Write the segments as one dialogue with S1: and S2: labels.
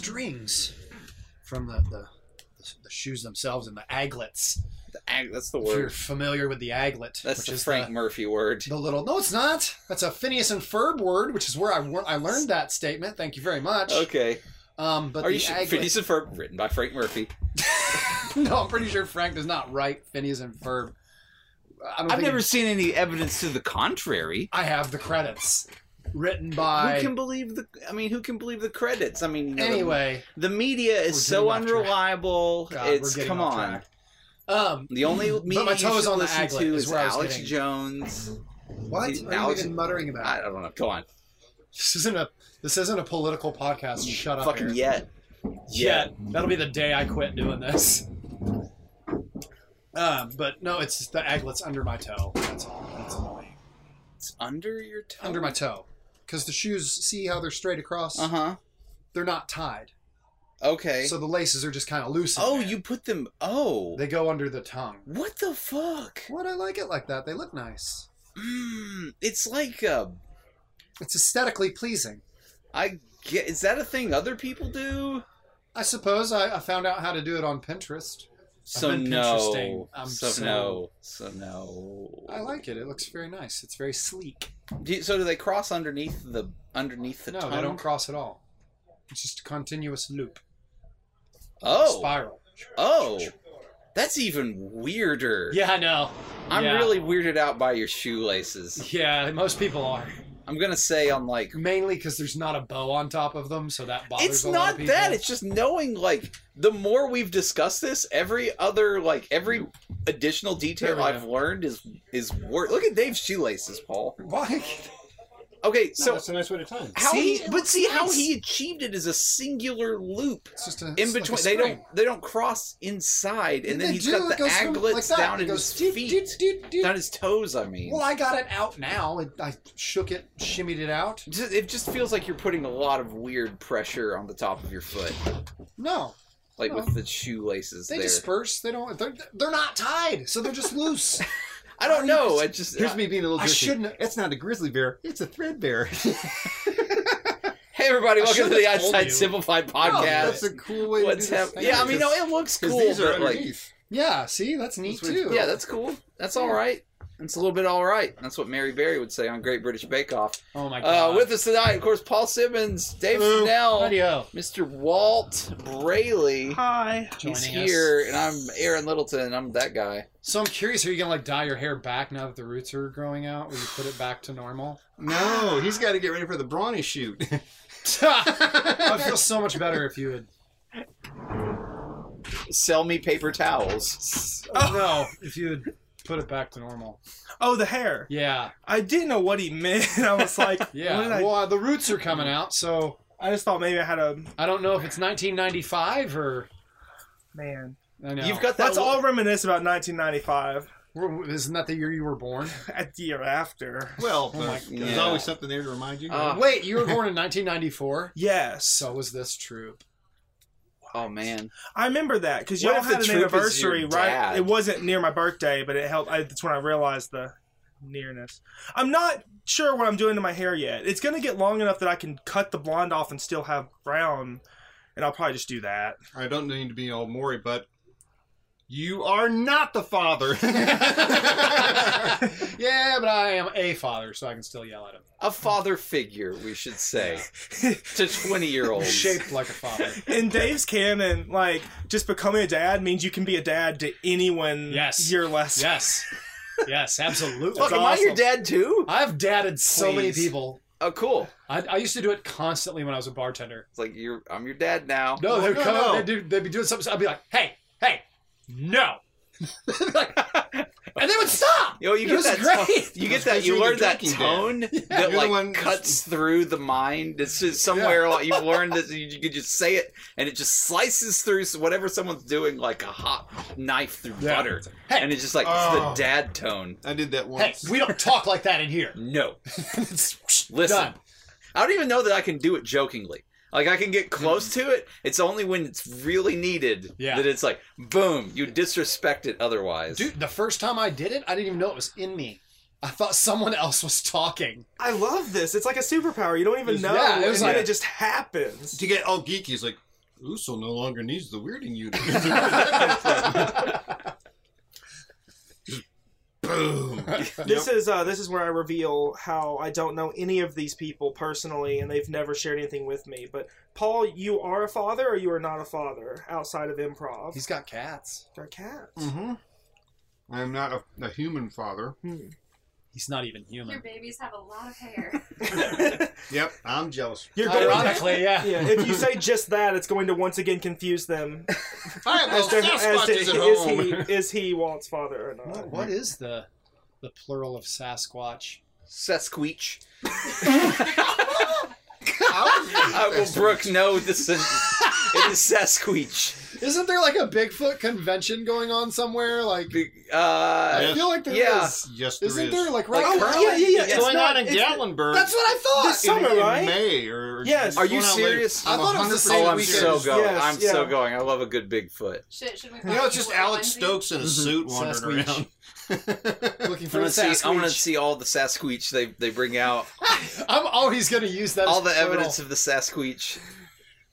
S1: things from the, the, the shoes themselves and the aglets.
S2: The ag- that's the
S1: If you're
S2: word.
S1: familiar with the aglet,
S2: That's
S1: which
S2: the
S1: is
S2: Frank
S1: the,
S2: Murphy word.
S1: the little. No, it's not. That's a Phineas and Ferb word, which is where I, wor- I learned that statement. Thank you very much.
S2: Okay.
S1: Um, but
S2: Are
S1: the
S2: you sure?
S1: aglet-
S2: Phineas and Ferb, written by Frank Murphy.
S1: no, I'm pretty sure Frank does not write Phineas and Ferb. I don't
S2: I've
S1: think
S2: never seen any evidence to the contrary.
S1: I have the credits written by.
S2: who can believe the? I mean, who can believe the credits? I mean, you know, the-
S1: anyway,
S2: the, media
S1: We're
S2: is
S1: getting
S2: so
S1: off track.
S2: unreliable.
S1: God, we're
S2: it's
S1: getting
S2: come
S1: off
S2: on.
S1: track. Um,
S2: The only media
S1: my
S2: you
S1: toe is
S2: should
S1: on the
S2: listen
S1: aglet
S2: to
S1: is
S2: is,
S1: where I was
S2: Alex
S1: getting.
S2: Jones.
S1: what
S2: The-
S1: are you
S2: Alex-
S1: even muttering about?
S2: I don't know. Go on.
S1: this isn't a this isn't a political podcast. Shut up.
S2: Fucking
S1: Eric.
S2: yet.
S1: Yeah, that'll be the day I quit doing this. Um, but no, it's just the aglet's under my toe. That's all. That's annoying.
S2: It's under your tongue.
S1: Under my toe, because the shoes see how they're straight across.
S2: Uh huh.
S1: They're not tied,
S2: Okay.
S1: so the laces are just kind of loose. in
S2: oh,
S1: there.
S2: you put them. Oh.
S1: They go under the tongue.
S2: what the fuck?
S1: What I like it like that. They look nice.
S2: Mm, it's like uh,
S1: It's aesthetically pleasing.
S2: I get. Is that a thing other people do?
S1: I suppose I, I found out how to do it on Pinterest.
S2: So
S1: been Pinteresting.
S2: no.
S1: I'm
S2: so,
S1: so-
S2: no. So no.
S1: I like it. It looks very nice. It's very sleek.
S2: Do you- so do they cross underneath the underneath the
S1: no,
S2: tongue?
S1: they don't cross at all. It's just a continuous loop,
S2: oh.
S1: spiral.
S2: Oh. That's even weirder.
S1: Yeah, I know.
S2: I'm
S1: Yeah.
S2: really weirded out by your shoelaces.
S1: Yeah, most people are.
S2: I'm gonna say I'm like
S1: Mainly because there's not a bow on top of them, so that bothers
S2: it's
S1: a lot
S2: not
S1: of people.
S2: that it's just knowing like the more we've discussed this every other like every additional
S1: There
S2: detail
S1: we
S2: i've
S1: go.
S2: learned is is worse look at dave's shoelaces paul
S1: why.
S2: okay
S3: No,
S2: so
S3: that's a nice way to tie it.
S2: how
S1: See?
S2: he but see how he achieved it is a singular loop
S1: It's just a,
S2: in
S1: it's like a
S2: between they
S1: spring.
S2: don't they don't cross inside and
S1: They
S2: then he's
S1: do,
S2: got
S1: it
S2: the
S1: goes from- like
S2: aglets
S1: that.
S2: down
S1: It
S2: in
S1: goes
S2: his
S1: doot,
S2: feet
S1: doot, doot, doot.
S2: down his toes i mean
S1: Well, I got it out now. It, I shook it, shimmied it out.
S2: Just- it just feels like you're putting a lot of weird pressure on the top of your foot
S1: No,
S2: like
S1: No.
S2: with the shoelaces
S1: they
S2: there
S1: disperse. They don't. They're, they're not tied, so they're just loose.
S2: i don't
S1: Why are you
S2: know
S1: just-
S2: i just uh,
S3: Here's me being a little.
S1: I
S3: Grizzly.
S1: shouldn't-
S3: It's not a grizzly bear. It's a thread bear.
S2: Hey everybody,
S1: I
S2: welcome to
S1: should've
S2: the
S1: told
S2: Outside
S1: you.
S2: Simplified
S1: No,
S2: podcast.
S3: that's a cool way
S2: What's
S3: to do this.
S2: happening? Yeah, I mean, no, it looks
S3: Because
S2: cool,
S3: these are
S2: but like,
S3: underneath.
S1: yeah, see, that's neat
S3: That's what it's
S1: too.
S2: yeah, that's cool. That's all right. It's a little bit all right. That's what Mary Berry would say on Great British Bake Off.
S1: Oh my
S2: Uh,
S1: god.
S2: with us tonight, of course, Paul Simmons, Dave
S3: Hello.
S2: Snell,
S1: radio
S2: Mr. Walt Brayley.
S3: Hi.
S1: joining
S2: He's
S1: us.
S2: here, and I'm Aaron Littleton. I'm that guy.
S1: So I'm curious, are you gonna like dye your hair back now that the roots are growing out? Will you put it back to normal?
S3: No, he's got to get ready for the brawny shoot.
S1: I feel so much better if you would.
S2: Sell me paper towels.
S1: Oh, no, if you would put it back to normal.
S4: Oh, the hair.
S1: Yeah,
S4: I didn't know what he meant. I was like,
S1: yeah.
S4: what did I,
S1: well, uh, the roots are coming out, so
S4: I just thought maybe I had a
S1: I don't know if it's 1995 or.
S4: man.
S1: I know.
S2: You've got that.
S4: That's
S2: look-
S4: all reminiscent about 1995.
S1: We're- Isn't that the year you were born?
S4: At the year after.
S3: well,
S1: Oh my
S3: there's
S2: God.
S3: always something there to remind you.
S2: Uh,
S1: Wait, you were born in 1994.
S4: Yes.
S1: So was this troop.
S2: Oh man.
S4: I remember that because
S2: What
S4: y'all
S2: if the
S4: had an
S2: troop is your
S4: anniversary, right?
S2: dad?
S4: It wasn't near my birthday, but it helped. I, that's when I realized the nearness. I'm not sure what I'm doing to my hair yet. It's gonna get long enough that I can cut the blonde off and still have brown, and I'll probably just do that.
S3: I don't need to be all Maury, but you are not the father.
S1: Yeah, but I am a father, so I can still yell at him.
S2: A father figure, we should say, to twenty-year-olds.
S1: Shaped like a father.
S4: In Dave's canon, like just becoming a dad means you can be a dad to anyone.
S1: Yes.
S4: Your less.
S1: Yes. Yes, absolutely.
S2: Fuck, am I your dad too?
S1: I've dadded so many
S2: Please.
S1: people.
S2: Oh, cool.
S1: I, I used to do it constantly when I was a bartender.
S2: It's like you're. I'm your dad now.
S1: No, they'd
S3: no,
S1: come
S3: no.
S1: They'd, do, they'd be doing something. I'd be like, hey, hey, no. Like- and they would stop.
S2: Yo, you
S1: It
S2: get
S1: was
S2: that.
S1: great.
S2: Tone, you
S3: That's
S2: get that.
S3: 'cause
S2: You
S3: you're the
S2: learn that
S3: drinking
S2: tone that
S3: You're the
S2: like
S3: one that's-
S2: cuts through the mind. It's just somewhere like you've learned that you, you could just say it, and it just slices through whatever someone's doing like a hot knife through
S1: Yeah.
S2: butter.
S1: Hey.
S2: and it's just like
S3: Oh.
S2: it's the dad tone.
S3: I did that
S1: Hey,
S3: once.
S1: we don't talk like that in here.
S2: No,
S1: It's-
S2: listen.
S1: Done.
S2: I don't even know that I can do it jokingly. Like I can get close to it. It's only when it's really needed
S1: Yeah.
S2: that it's like boom. You disrespect it otherwise.
S1: Dude, the first time I did it, I didn't even know it was in me. I thought someone else was talking.
S4: I love this. It's like a superpower. You don't even know,
S1: yeah, it was
S4: and
S1: like-
S4: then it just happens.
S3: to get all geeky, it's like, Uso no longer needs the weirding unit. Boom.
S4: This is uh, this is where I reveal how I don't know any of these people personally, and they've never shared anything with me. But Paul, you are a father, or you are not a father outside of improv.
S5: He's got cats.
S4: got cats.
S3: hmm I am not a, a human father.
S4: Hmm.
S5: He's not even
S6: Your
S5: human.
S6: babies have a lot of hair.
S3: Yep, I'm jealous.
S4: You're going
S5: Ironically, yeah.
S4: yeah, if you say just that, it's going to once again confuse them
S3: I have
S4: as to, as
S3: Sasquatches Oh,
S4: to
S3: at
S4: is
S3: home.
S4: he is he Walt's father or not.
S5: What, what is the the plural of Sasquatch?
S2: Sasquatch. I
S3: I
S2: will brook no dissent. it is Sasquatch.
S1: Isn't there like a Bigfoot convention going on somewhere? Like,
S2: Be- Uh,
S1: I feel like there
S2: Yeah.
S1: is.
S3: Yes, there
S1: Isn't
S3: is.
S1: there like right
S2: Like
S1: now?
S2: current-
S4: yeah, yeah, yeah.
S2: It's
S4: It's
S3: going
S4: not,
S3: on in
S4: it's-
S3: Gatlinburg?
S1: That's what I thought.
S4: This summer,
S3: in
S4: right?
S3: May or
S4: Yes.
S2: are you
S3: Going out later.
S2: serious?
S1: I thought it was the same
S2: oh, I'm
S1: weekend.
S2: so going.
S4: Yes,
S2: I'm
S4: yeah.
S2: so going. I love a good Bigfoot.
S6: Should, should we
S3: You know, it's just Alex Stokes in a
S5: Mhm.
S3: suit wandering
S5: Sasquatch.
S3: around.
S1: Looking for
S2: I want
S1: the
S2: to see. I want to
S1: Sasquatch.
S2: see all the Sasquatch they they bring out.
S1: I'm always going to use that.
S2: all
S1: as
S2: the
S1: plural.
S2: evidence of the Sasquatch.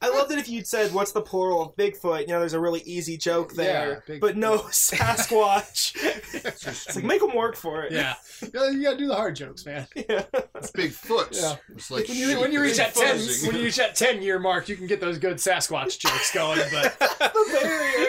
S4: I love that if you'd said what's the plural of Bigfoot, you know, there's a really easy joke
S1: Yeah,
S4: there.
S1: big-
S4: but no Sasquatch. it's like make them work for it.
S5: Yeah.
S1: Yeah, you got to do the hard jokes, man.
S4: Yeah.
S3: It's Bigfoot.
S1: Yeah.
S3: It's like
S1: When you-
S3: shit,
S1: when you
S3: it's
S5: reach that ten,
S3: confusing.
S5: when you reach that ten year mark, you can get those good Sasquatch jokes going. But
S4: The barrier.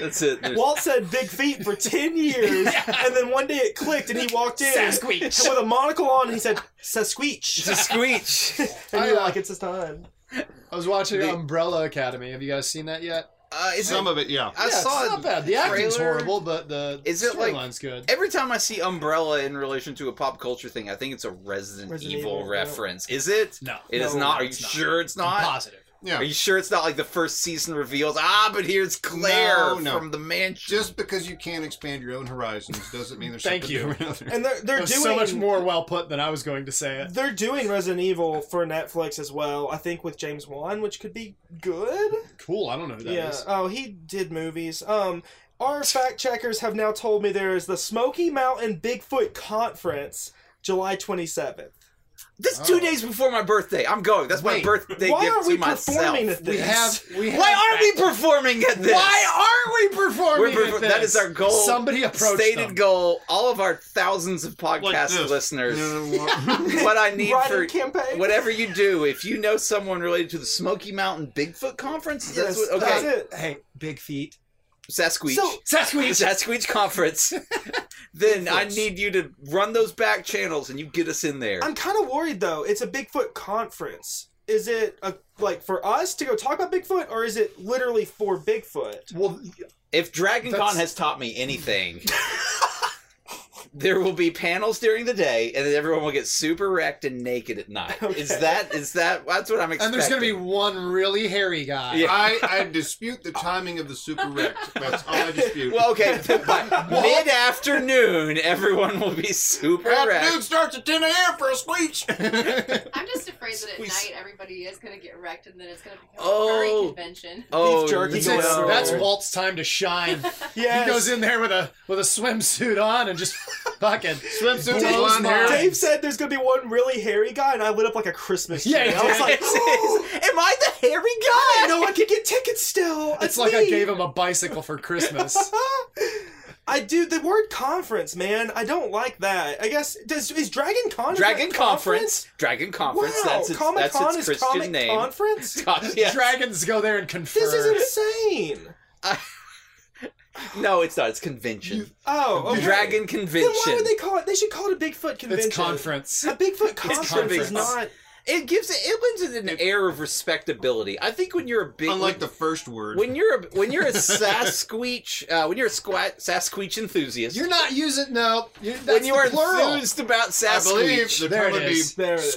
S2: That's it. There's-
S4: Walt said big feet for ten years, and then one day it clicked, and he walked in
S5: Sasquatch.
S4: with a monocle on, and he said Sasquatch,
S2: It's a screech.
S4: and
S1: I,
S4: you're
S1: uh,
S4: like, it's his time.
S1: I was watching
S2: The-
S1: Umbrella Academy. Have you guys seen that yet?
S2: Uh, is
S3: Some
S2: it,
S3: of it, yeah.
S2: I
S1: yeah,
S2: saw
S1: it's
S2: it.
S1: not bad. The acting's
S2: trailer.
S1: horrible, but the
S2: Is it like-
S1: storyline's good.
S2: Every time I see Umbrella in relation to a pop culture thing, I think it's a Resident,
S4: Resident
S2: Evil,
S4: Evil, yeah.
S2: reference. Is it?
S5: no,
S2: It is
S4: No,
S2: not. Are you
S5: it's not.
S2: sure it's
S5: I'm
S2: not?
S5: positive.
S3: Yeah.
S2: Are you sure it's not like the first season reveals? Ah, but here's Claire
S3: No, no.
S2: from the mansion.
S3: Just because you can't expand your own horizons doesn't mean there's
S5: Thank
S3: something
S5: you.
S3: different out there.
S4: And they're they're
S1: That's
S4: doing
S1: so much more well put than I was going to say it.
S4: They're doing Resident Evil for Netflix as well, I think with James Wan, which could be good.
S1: Cool. I don't know who that is.
S4: yeah. Oh, he did movies. Um, our fact checkers have now told me there is the Smoky Mountain Bigfoot Conference, July 27th.
S2: That's
S1: Oh.
S2: two days before my birthday. I'm going. That's
S1: Wait,
S2: my birthday
S4: Why
S2: gift
S4: are
S2: to
S4: we
S2: myself.
S4: performing at this?
S1: We have. We have
S2: Why aren't we performing at this?
S1: Why aren't we performing?
S2: We're
S1: at
S2: perfor-
S1: this?
S2: that is our goal.
S1: Somebody approached
S2: Stated
S1: them.
S2: goal. All of our thousands of
S3: Like
S2: podcast
S3: this.
S2: listeners.
S3: You know,
S2: What I need
S4: Write a
S2: for
S4: campaign.
S2: whatever you do, if you know someone related to the Smoky Mountain Bigfoot Conference, that's
S4: Yes,
S2: what.
S4: that's
S2: Okay,
S4: it.
S5: Hey, big feet.
S2: Sasquatch.
S4: So-
S2: Sasquatch. Sasquatch Conference. then I need you to run those back channels and you get us in there.
S4: I'm kind of worried though. It's a Bigfoot conference. Is it a, like for us to go talk about Bigfoot, or is it literally for Bigfoot?
S1: Well,
S2: If Dragon
S1: That's-
S2: Con has taught me anything, there will be panels during the day, and then everyone will get super wrecked and naked at night. Is
S4: Okay.
S2: that is that that's what I'm expecting?
S1: and there's gonna be one really hairy guy.
S2: Yeah.
S3: I, I dispute the timing of the super wrecked. That's all I dispute.
S2: well, okay, by mid afternoon, everyone will be super
S3: afternoon
S2: wrecked.
S3: starts at 10 a.m. for a screech.
S6: I'm just afraid that at
S2: Squeeze.
S6: night everybody is going to get wrecked and then it's going to become a
S2: Oh.
S6: furry convention.
S2: Oh,
S4: Beef jerky
S1: It's-
S2: no.
S4: going
S1: it's-
S4: on.
S1: that's Walt's time to shine.
S4: Yeah.
S1: He goes in there with a with a swimsuit on and just fucking
S3: Swimsuit,
S1: blows
S3: blonde hair.
S1: minds.
S4: Dave said there's gonna be one really hairy guy, and I lit up like a Christmas tree.
S1: Yeah,
S4: I was like,
S2: Yes, yes. Am I the hairy guy?
S4: I know I could get tickets still.
S1: It's like I gave him a bicycle for Christmas.
S4: I do the word conference, man. I don't like that. I guess does is Dragon Con a
S2: Dragon Conference. Dragon Conference.
S4: Wow,
S2: That's its,
S4: Comic
S2: that's
S4: Con
S2: its
S4: is
S2: Christian
S4: Comic
S2: name.
S4: Conference.
S2: God, yes.
S1: Dragons go there and confer.
S4: This is insane.
S2: no, it's not. It's convention.
S4: Oh, okay.
S2: Dragon convention.
S4: Then why would they call it? They should call it a Bigfoot convention.
S1: It's conference.
S4: A Bigfoot conference,
S2: conference.
S4: is not.
S2: It gives it, it lends it an air of respectability. I think when you're a big
S3: Unlike the first word.
S2: when you're a, when you're a Sasquatch uh, when you're a squat Sasquatch enthusiast
S1: You're not using no. you that's
S2: when you
S1: the
S2: are
S1: plural.
S2: enthused about
S3: I believe
S2: Sasquatch
S3: there'd
S1: There it
S3: probably be
S1: is.
S4: There it is,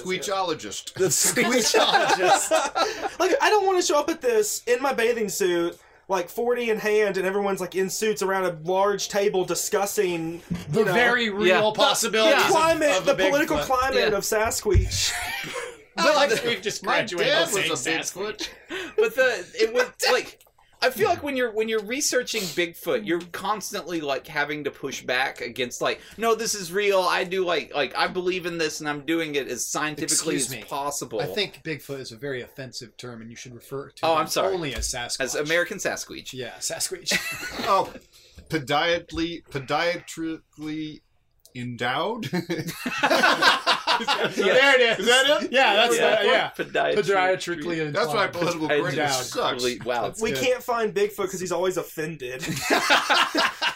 S3: screechologist.
S2: the Squeech
S1: Just-
S4: like I don't want to show up at this in my bathing suit, like forty in hand, and everyone's like in suits around a large table discussing
S1: the
S4: you know,
S1: very real
S2: Yeah.
S1: possibilities.
S2: Yeah.
S1: of-
S4: climate,
S1: of a
S4: the
S1: Bigfoot.
S4: political climate
S2: Yeah.
S4: of Sasquatch.
S1: I like that we've just
S3: My
S1: graduated.
S3: dad
S1: all
S3: was a
S1: saying Sasquatch.
S3: Bigfoot.
S2: but the it was like I feel like when you're when you're researching Bigfoot, you're constantly like having to push back against like, no, this is real. I do like like I believe in this, and I'm doing it as scientifically
S1: Excuse
S2: as
S1: me.
S2: possible.
S1: I think Bigfoot is a very offensive term, and you should refer to
S2: Oh,
S1: him
S2: I'm sorry.
S1: only as Sasquatch.
S2: as American Sasquatch.
S1: Yeah, Sasquatch.
S3: Oh, podiatrically, podiatrically endowed.
S1: there it
S3: Is that it?
S1: Yeah, that's
S2: yeah,
S1: that- yeah.
S2: Podiatry.
S1: Podiatrically
S3: That's why
S1: inclined.
S3: political correctness
S1: Endowed.
S3: sucks.
S2: Wow,
S4: we
S1: good.
S4: can't find Bigfoot because he's always offended.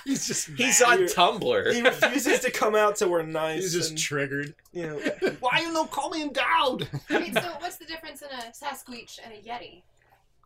S1: He's just
S2: he's
S1: mad.
S2: on
S4: You're- he
S2: Tumblr.
S4: refuses to come out till we're nice.
S1: He's just
S4: and,
S1: triggered.
S4: you know,
S3: Why you no call me endowed?
S6: I mean, so what's the difference in a Sasquatch and a Yeti?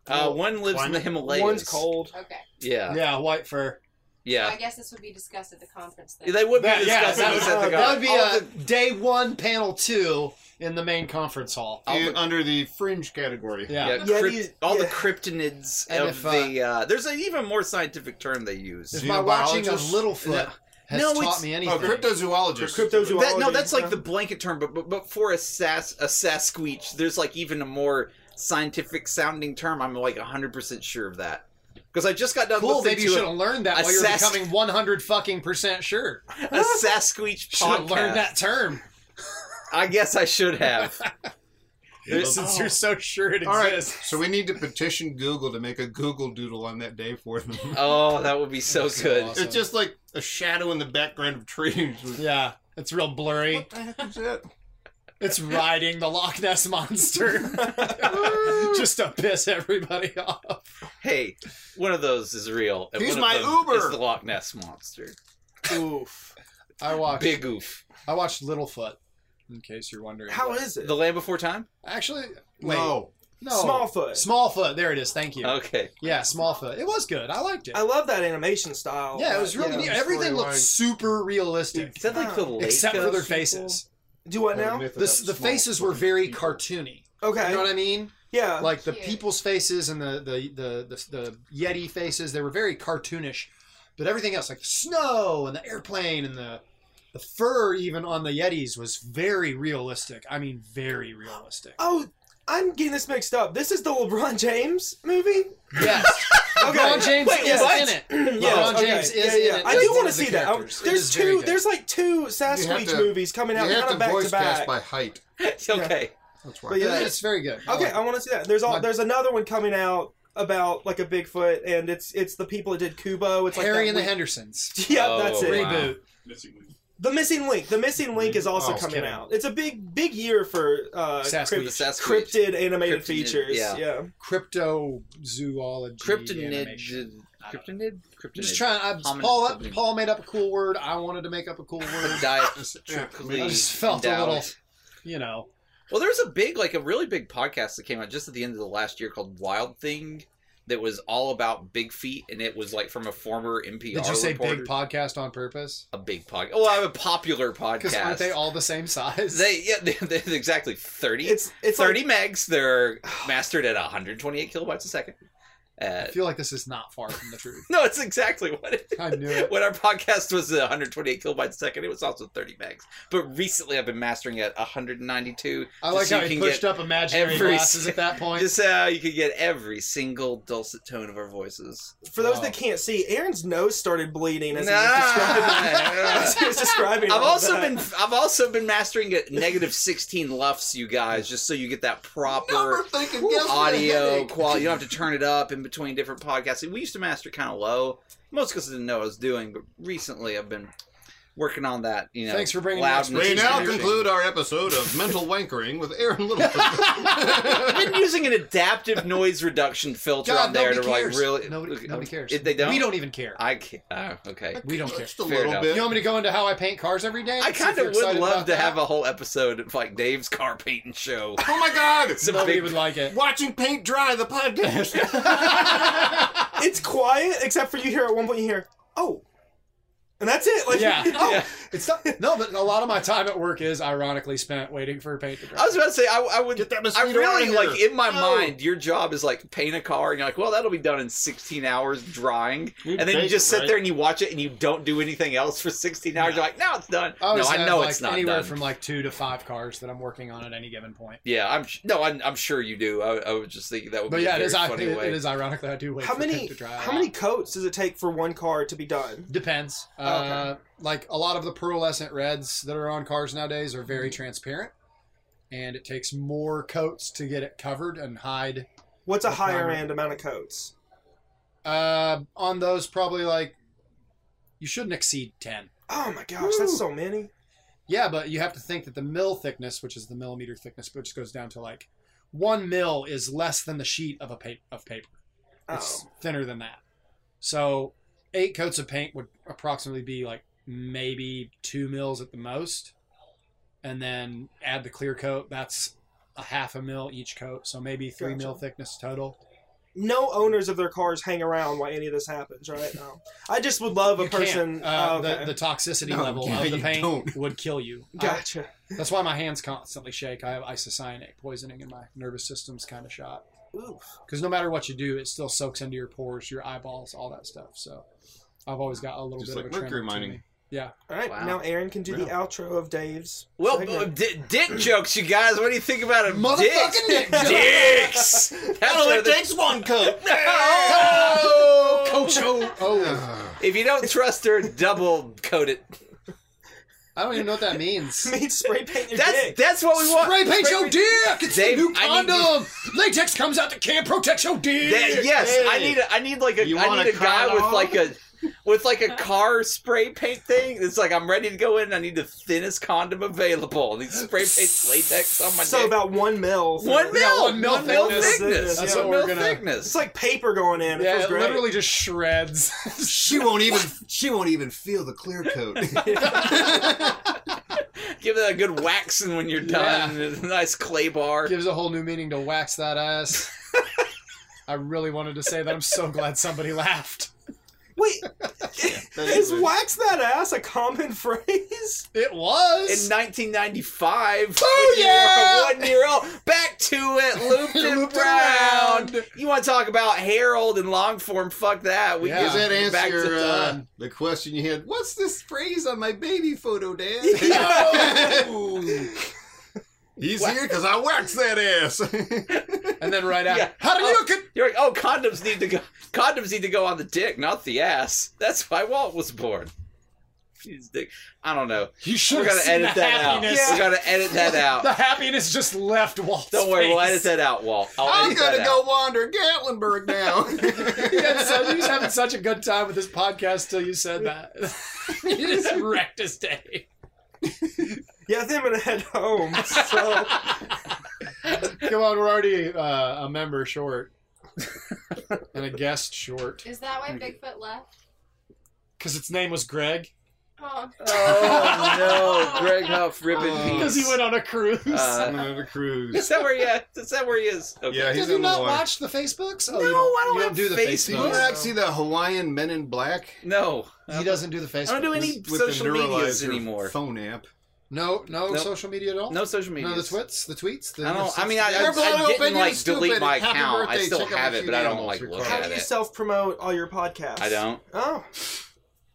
S2: Uh, one lives in the Himalayas.
S4: one's cold.
S6: Okay.
S2: Yeah,
S1: Yeah, white fur.
S2: yeah.
S6: I guess this would be discussed at the conference then.
S2: They would be
S1: That, yeah,
S2: discussing
S1: that,
S2: this
S1: would,
S2: at the
S1: that would be
S2: all
S1: a
S2: the-
S1: day one panel two in the main conference hall.
S2: All
S3: In-
S2: the-
S3: under the fringe category.
S1: Yeah.
S2: yeah,
S4: Yeah,
S2: crypt-
S4: these-
S2: all the
S4: yeah.
S2: cryptinids
S1: And
S2: of
S1: if, uh,
S2: the. Uh, there's an even more scientific term they use.
S1: If my watching of
S3: Xenobiologist?
S1: Littlefoot
S2: No.
S1: has
S2: No, it's-
S1: taught me anything,
S3: Oh, cryptozoologist.
S4: Cryptozoologist.
S2: That, no, that's like
S4: Yeah.
S2: the blanket term, but but, but for a sas a sasquatch, there's like even a more scientific sounding term. I'm like 100 percent sure of that because I just got done
S1: cool.
S2: listening
S1: Maybe you
S2: to
S1: should
S2: a,
S1: have learned that while
S2: assessed-
S1: you're becoming one hundred fucking percent sure.
S2: a sasquatch
S1: Should have
S2: podcast.
S1: learned that term
S2: I guess I should have.
S1: since you're so sure it
S3: All right,
S1: exists.
S3: so we need to petition Google to make a Google Doodle on that day for them.
S2: Oh, that would be so
S1: That's
S2: good.
S1: awesome.
S3: It's just like a shadow in the background of trees.
S1: Yeah, it's real blurry.
S3: What the heck is that?
S1: It's riding the Loch Ness monster just to piss everybody off.
S2: Hey, one of those is real. and
S3: He's
S2: one of
S3: my
S2: them
S3: Uber.
S2: Is the Loch Ness monster.
S1: Oof. I watched.
S2: Big oof.
S1: I watched Littlefoot. In case you're wondering,
S4: How is it?
S2: The Land Before Time.
S1: actually? Wait,
S3: No.
S1: no.
S4: Smallfoot.
S1: Smallfoot. There it is. Thank you.
S2: Okay.
S1: Yeah, Smallfoot. It was good. I liked it.
S4: I love that animation style.
S1: yeah, it was really neat.
S3: the
S1: Everything looked
S3: storyline.
S1: super realistic,
S2: Is that like the Leica?
S1: except for their faces.
S4: Do what now?
S1: The, the faces were very cartoony.
S4: Okay.
S1: You know what I mean?
S4: yeah.
S1: Like the
S6: Cute.
S1: people's faces and the the, the the the Yeti faces. They were very cartoonish, but everything else, like the snow and the airplane and the the fur, even on the Yetis, was very realistic. I mean, very realistic.
S4: oh, I'm getting this mixed up. This is the LeBron James movie.
S1: Yes. LeBron James
S4: Wait,
S1: is
S4: what?
S1: in it. LeBron
S4: Yes, okay,
S1: James
S4: yeah,
S1: is
S4: yeah.
S1: in it.
S4: I
S1: That's
S4: do
S1: one
S4: want to
S1: of the
S4: see that. I-
S1: characters. It
S4: There's
S1: is very
S4: two.
S1: good.
S4: There's like two
S3: You have
S4: Sasquatch
S3: to-
S4: movies coming out
S3: you
S4: kind
S3: have to
S4: of back
S3: voice
S4: to back.
S3: cast by height.
S2: okay.
S3: That's
S4: But
S3: why.
S4: yeah,
S1: Yeah, it's very good. I
S4: Okay,
S1: like it.
S4: I want to see that. There's all
S1: My-
S4: there's another one coming out about like a Bigfoot, and it's it's the people that did Kubo. It's like
S1: Harry
S4: that
S1: and the
S4: weird-
S1: Hendersons
S4: Yeah,
S2: Oh,
S4: that's it.
S2: wow.
S1: reboot.
S4: The missing link. The missing link is also
S3: Oh,
S4: coming
S1: kidding.
S4: out. It's a big big year for uh,
S1: Sasquatch.
S4: crypt-
S2: The Sasquatch.
S4: cryptid animated
S2: Cryptid,
S4: features.
S2: yeah.
S4: yeah.
S1: Cryptozoology. animation.
S2: Cryptonid. Cryptonid.
S1: I'm
S2: Cryptonid.
S1: just trying. I,
S2: Hominid
S1: Paul,
S2: something.
S1: Paul made up a cool word. I wanted to make up a cool word.
S2: Podiatrically
S1: I just felt a
S2: endowed.
S1: little, you know.
S2: Well, there's a big, like a really big podcast that came out just at the end of the last year called Wild Thing that was all about Big Feet, and it was like from a former NPR
S1: Did you say
S2: reporter.
S1: big podcast on purpose?
S2: a big podcast. Well, I have a popular
S1: Because
S2: podcast.
S1: aren't they all the same size?
S2: They- yeah, they- they're exactly thirty.
S4: It's it's
S2: thirty
S4: Like,
S2: megs. They're mastered at 128 kilobytes a second. Uh,
S1: I feel like this is not far from the truth.
S2: no, it's exactly what it
S1: I knew it.
S2: when our podcast was uh, at 128 kilobytes a second, it was also 30 megs. But recently, I've been mastering at 192.
S1: I like
S2: Just so
S1: how
S2: you
S1: he
S2: can
S1: pushed
S2: get
S1: up imaginary
S2: every
S1: glasses
S2: si-
S1: at that point.
S2: Just how you can get every single dulcet tone of our voices.
S4: for those
S1: Wow.
S4: that can't see, Aaron's nose started bleeding as he was describing. as
S2: Nah.
S4: he was describing
S2: I've
S4: all
S2: also
S4: that.
S2: been I've also been mastering at negative 16 lufs, you guys, just so you get that proper
S3: Overthinking gives me a
S2: audio
S3: headache.
S2: quality. You don't have to turn it up in between different podcasts. We used to master kind of low, most because I didn't know what I was doing. But recently, I've been working on that. You know,
S1: Thanks for bringing
S2: loudness
S1: the
S3: We
S1: expertise
S2: and
S1: to
S3: now
S1: your-
S2: everything.
S3: conclude our episode of Mental Wankering with Aaron Littlefoot.
S2: I've been using an adaptive noise reduction filter
S1: God,
S2: on there to
S1: nobody
S2: like
S1: cares.
S2: really. um,
S1: Nobody- nobody cares.
S2: If they don't,
S1: We don't even care.
S2: I can't. Oh, okay.
S1: We don't care.
S3: Just a
S2: Fair
S3: little
S2: enough.
S3: bit.
S1: You want me to go into how I paint cars every day?
S2: I
S1: See if
S2: kind
S1: you're
S2: of would
S1: excited
S2: love
S1: about
S2: to
S1: that.
S2: have a whole episode of like Dave's car painting show.
S3: oh my god!
S2: It's a
S1: Nobody
S2: big-
S1: would like it.
S3: Watching paint dry the podcast.
S4: It's quiet except for you hear at one point you hear, oh, and that's it. Like,
S1: Yeah.
S4: oh,
S2: Yeah.
S1: It's not, no, but a lot of my time at work is ironically spent waiting for paint to dry.
S2: I was about to say I, I would.
S3: Get that
S2: I
S3: mosquito out of
S2: really
S3: here.
S2: like in
S1: Oh.
S2: my
S3: No.
S2: mind. Your job is like paint a car, and you're like, well, that'll be done in 16 hours drying,
S3: You
S2: and then you
S3: bake
S2: just
S3: it,
S2: sit
S3: right?
S2: there and you watch it, and you don't do anything else for 16 hours. You're like, now it's done.
S1: I
S2: no,
S1: always
S2: I
S1: have,
S2: know
S1: like,
S2: it's not
S1: anywhere
S2: done.
S1: from like two to five cars that I'm working on at any given point.
S2: yeah, I'm sh- no, I'm, I'm sure you do. I, I was just thinking that would
S1: But
S2: be
S1: yeah, it
S2: a very
S1: is. I,
S2: funny
S1: it,
S2: way.
S1: it is ironically I do wait
S4: how
S1: for
S4: many
S1: paint to dry. a
S4: how
S1: lot.
S4: many coats does it take for one car to be done?
S1: Depends. Uh, like a lot of the pearlescent reds that are on cars nowadays are very transparent, and it takes more coats to get it covered and hide.
S4: What's a
S1: That's
S4: higher
S1: not-
S4: end amount of coats?
S1: Uh, on those, probably like you shouldn't exceed ten.
S4: Oh my gosh, that's so many.
S1: Yeah, but you have to think that the mill thickness, which is the millimeter thickness, which goes down to like one mil, is less than the sheet of a pa- of paper. It's
S4: Oh.
S1: thinner than that. So eight coats of paint would approximately be like maybe two mils at the most. And then add the clear coat. That's a half a mil each coat. So maybe three
S4: Gotcha.
S1: mil thickness total.
S4: No owners of their cars hang around while any of this happens, right? No. I just would love a
S1: You can't.
S4: person.
S1: Uh,
S4: oh, okay.
S1: the, the toxicity
S3: No,
S1: level
S3: yeah,
S1: of the
S3: you
S1: paint
S3: don't.
S1: would kill you. I-
S4: gotcha.
S1: that's why my hands constantly shake. I have isocyanate poisoning in my nervous system's kind of shot.
S4: Oof.
S1: Because no matter what you do, it still soaks into your pores, your eyeballs, all that stuff. So I've always got a little
S3: Just
S1: bit
S3: like
S1: of a
S3: mercury
S1: tremor to
S3: mining.
S1: me.
S4: All right,
S2: Wow.
S4: now Aaron can do the outro of Dave's.
S2: Well,
S4: segment.
S2: d- dick jokes, you guys. What do you think about it?
S1: Motherfucking dick jokes.
S2: dicks. That's
S3: It
S2: what
S3: only
S2: the-
S3: takes one coat.
S2: No!
S1: Ocho. Oh,
S2: If you don't trust her, double coat it.
S1: I don't even know what that means.
S4: mean spray paint your
S2: uh, That's
S4: dick.
S2: that's what we want.
S1: Spray paint
S4: Spray
S1: your
S4: paint-
S1: dick. It's
S2: Dave,
S1: the new
S2: I need
S1: condom. Latex comes out that can protect your dick.
S2: That- yes, I
S3: Hey.
S2: need a, I need like a
S3: You
S2: I
S3: want
S2: need
S3: a
S2: a guy with
S3: condom?
S2: like a with like a car spray paint thing. It's like I'm ready to go in. I need the thinnest condom available. These spray paint latex on my
S4: so
S2: dick.
S4: about one mil. for-
S2: one mil,
S1: Yeah,
S2: one mil thickness.
S4: That's
S2: one
S1: what we're
S2: mil
S1: gonna-
S4: It's
S2: thickness.
S4: like paper going in. It
S1: Yeah,
S4: feels
S1: it
S4: great.
S1: literally just shreds.
S3: She won't even. She won't even feel the clear coat.
S2: Give it a good waxing when you're done. A nice clay bar.
S1: Gives a whole new meaning to wax that ass. I really wanted to say that. I'm so glad somebody laughed.
S4: Wait, is wax that ass a common phrase?
S1: It
S2: in
S1: was.
S2: 1995.
S1: Oh,
S2: when you were
S1: yeah!
S2: one year old. Back to it, looped and
S1: Looped
S2: round.
S1: around.
S2: You want to talk about Harold and long form? Fuck that. We
S1: Yeah.
S2: can
S1: Does
S3: Does that
S2: back to
S3: answer uh,
S2: done.
S3: the question you had? What's this phrase on my baby photo, Dad?
S1: No.
S3: He's here because I waxed that
S2: Oh,
S3: ass.
S1: And then right after,
S2: Yeah.
S1: how do
S2: Oh.
S1: you get?
S2: You're like, oh, condoms need to go. Condoms need to go on the dick, not the ass. That's why Walt was born. His dick. I don't know.
S1: You should
S2: We're gonna edit that out.
S4: Yeah.
S2: We're gonna edit that
S1: The
S2: out.
S1: happiness just left Walt's
S2: Don't worry, we'll
S1: face.
S2: edit that out, Walt. I'll
S3: I'm
S2: edit that
S3: gonna
S2: out.
S3: go wander Gatlinburg now.
S1: He had so- he was having such a good time with this podcast till you said that. he just wrecked his day.
S4: Yeah, I think I'm gonna head home. So
S1: Come on, we're already uh, a member short and a guest short
S6: Is that why Bigfoot left?
S1: because its name was Greg
S6: Oh,
S2: Oh no, Greg Huff, rip in
S3: Uh,
S1: because
S2: peace.
S1: he went on a cruise.
S2: Uh,
S3: I'm on a
S2: Is
S3: cruise.
S2: that where he is? Is that where he is? Okay.
S3: Yeah, he's
S1: Have
S3: on
S1: you
S3: the
S1: not
S3: water.
S1: watched the Facebooks? Oh,
S2: No,
S1: you
S2: I don't
S1: you
S2: have
S1: do the
S2: Facebook.
S3: Do you
S1: Facebooks.
S3: ever see the Hawaiian Men in Black?
S2: No.
S1: He doesn't do the Facebook.
S2: I don't do any
S3: With
S2: social
S3: the
S2: medias
S3: Neuralizer
S2: anymore.
S3: Phone app.
S1: No, no
S2: Nope.
S1: social media at all.
S2: No social media.
S1: no the twits, the tweets. The
S2: I don't. I mean, I, I,
S3: Your blog
S2: I
S3: open,
S2: didn't
S3: you're
S2: like delete
S3: stupid.
S2: my
S3: Happy
S2: account. I
S3: birthday.
S2: still
S3: Check out
S2: have
S3: my
S2: it, but I don't
S3: emails,
S2: like
S3: your
S2: look
S3: card.
S4: how
S2: at
S4: do you
S2: it.
S4: self promote all your podcasts?
S2: I don't.
S4: Oh,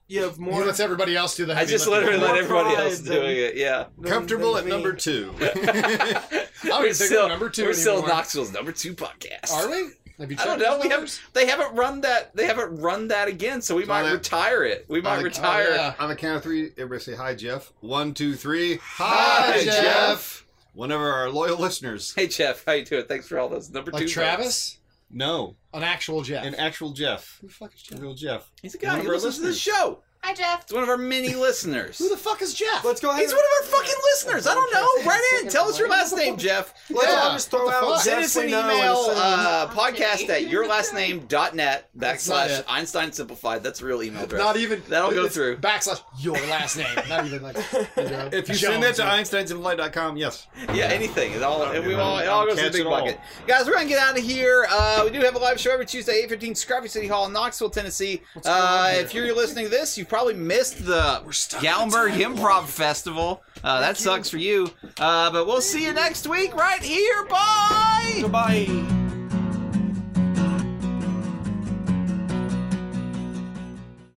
S4: you have
S1: he
S4: more.
S1: lets everybody else do the.
S2: I
S1: heavy
S2: just
S1: lifting.
S2: literally let
S4: More
S2: everybody
S4: pride
S2: else
S4: than-
S2: doing it. Yeah.
S4: than-
S3: Comfortable
S4: than
S3: at
S4: me.
S3: number two.
S1: even
S2: we're
S1: think we're
S2: still
S1: number two
S2: We're still
S1: anymore.
S2: Knoxville's number two podcast.
S1: Are we? Have you
S2: I
S1: checked
S2: don't know.
S1: those
S2: We
S1: numbers?
S2: haven't. They haven't run that. They haven't run that again. So we
S3: So
S2: might
S3: that-
S2: retire it. We might
S3: Oh,
S2: retire.
S1: yeah.
S3: On the count of three, everybody say hi, Jeff. One, two, three.
S1: Hi, Jeff.
S3: One of our loyal listeners.
S2: Hey Jeff, how you doing? Thanks for all those number two.
S1: Like
S2: votes.
S1: Travis,
S3: No,
S1: an actual Jeff.
S3: an actual Jeff.
S1: Who the fuck is Jeff?
S3: A real Jeff.
S2: He's a
S3: One
S2: guy
S3: of
S2: who
S3: our
S2: listens to the
S3: listeners.
S2: show.
S6: hi Jeff.
S2: It's one of our many listeners.
S1: Who the fuck is Jeff?
S4: Let's go ahead.
S2: He's
S4: and-
S2: one of our fucking listeners. I don't know. Right in. Tell us your last name, Jeff.
S4: Let's
S3: Yeah.
S4: all just throw
S1: What the
S4: out
S1: fuck?
S2: Send us
S4: Jeff
S2: an
S4: we
S2: email,
S4: know and say-
S2: uh, podcast
S6: Okay.
S2: at yourlastname.net
S1: That's not
S2: backslash
S1: it.
S2: Einstein Simplified. That's a real email address.
S1: Not even
S2: That'll go
S1: it's
S2: through.
S1: Backslash your last name. Not even like you know,
S3: If you
S1: Jones
S3: send that to
S1: or-
S3: einsteinsimplied.com, yes.
S2: yeah, anything. It all,
S3: Okay,
S2: we all, it all
S3: I'll
S2: goes in the
S3: catch
S2: big
S3: it all.
S2: bucket. Guys, we're going to get out of here. Uh, we do have a live show every Tuesday, 8.15, Scrappy City Hall in Knoxville, Tennessee.
S1: going on
S2: Uh,
S1: here?
S2: if you're listening to this, you've probably missed the
S1: We're stuck in
S2: Gallenberg
S1: a time
S2: Improv Festival. Uh, that sucks for you. Uh, but we'll see you next week right here. Bye.
S4: Goodbye.